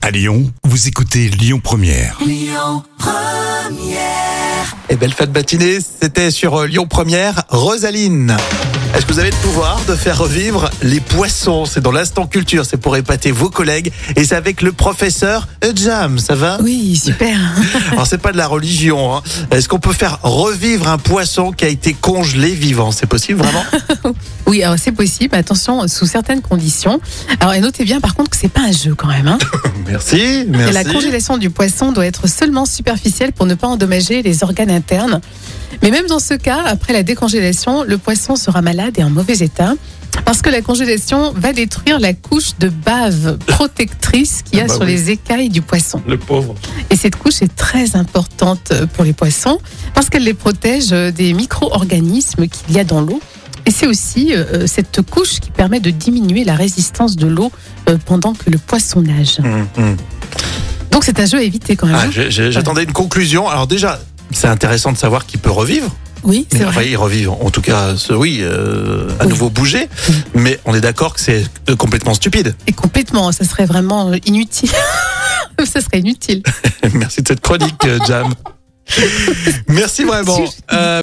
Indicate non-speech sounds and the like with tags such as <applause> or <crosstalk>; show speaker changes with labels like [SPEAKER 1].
[SPEAKER 1] À Lyon, vous écoutez Lyon Première.
[SPEAKER 2] Et belle fin de matinée, c'était sur euh, Lyon Première, Rosaline. Est-ce que vous avez le pouvoir de faire revivre les poissons C'est dans l'instant culture, c'est pour épater vos collègues et c'est avec le professeur Jam, ça va
[SPEAKER 3] Oui, super.
[SPEAKER 2] Alors c'est pas de la religion, hein. est-ce qu'on peut faire revivre un poisson qui a été congelé vivant C'est possible vraiment
[SPEAKER 3] Oui, alors c'est possible. Attention, sous certaines conditions. Alors, et notez bien par contre que c'est pas un jeu quand même. hein.
[SPEAKER 2] <laughs> Merci,
[SPEAKER 3] Et la
[SPEAKER 2] merci.
[SPEAKER 3] congélation du poisson doit être seulement superficielle pour ne pas endommager les organes internes. Mais même dans ce cas, après la décongélation, le poisson sera malade et en mauvais état. Parce que la congélation va détruire la couche de bave protectrice qu'il y a
[SPEAKER 2] Ah bah
[SPEAKER 3] sur
[SPEAKER 2] oui.
[SPEAKER 3] les écailles du poisson.
[SPEAKER 2] Le pauvre.
[SPEAKER 3] Et cette couche est très importante pour les poissons parce qu'elle les protège des micro-organismes qu'il y a dans l'eau. Et c'est aussi euh, cette couche qui permet de diminuer la résistance de l'eau euh, pendant que le poisson nage.
[SPEAKER 2] Hum, hum.
[SPEAKER 3] Donc c'est un jeu à éviter quand même. hein.
[SPEAKER 2] Ah, j'ai- j'ai- J'attendais une conclusion. Alors déjà, c'est intéressant de savoir qu'il peut revivre.
[SPEAKER 3] oui, c'est
[SPEAKER 2] Enfin,
[SPEAKER 3] vrai.
[SPEAKER 2] il revit. En tout cas, ce- oui, euh, à
[SPEAKER 3] Oui.
[SPEAKER 2] nouveau bouger.
[SPEAKER 3] Oui.
[SPEAKER 2] Mais on est d'accord que c'est euh, complètement stupide. <laughs>
[SPEAKER 3] Et complètement, ça serait vraiment inutile. <laughs> ça serait inutile.
[SPEAKER 2] Merci de cette chronique, euh,
[SPEAKER 3] <laughs>
[SPEAKER 2] Jam. Merci vraiment. Euh,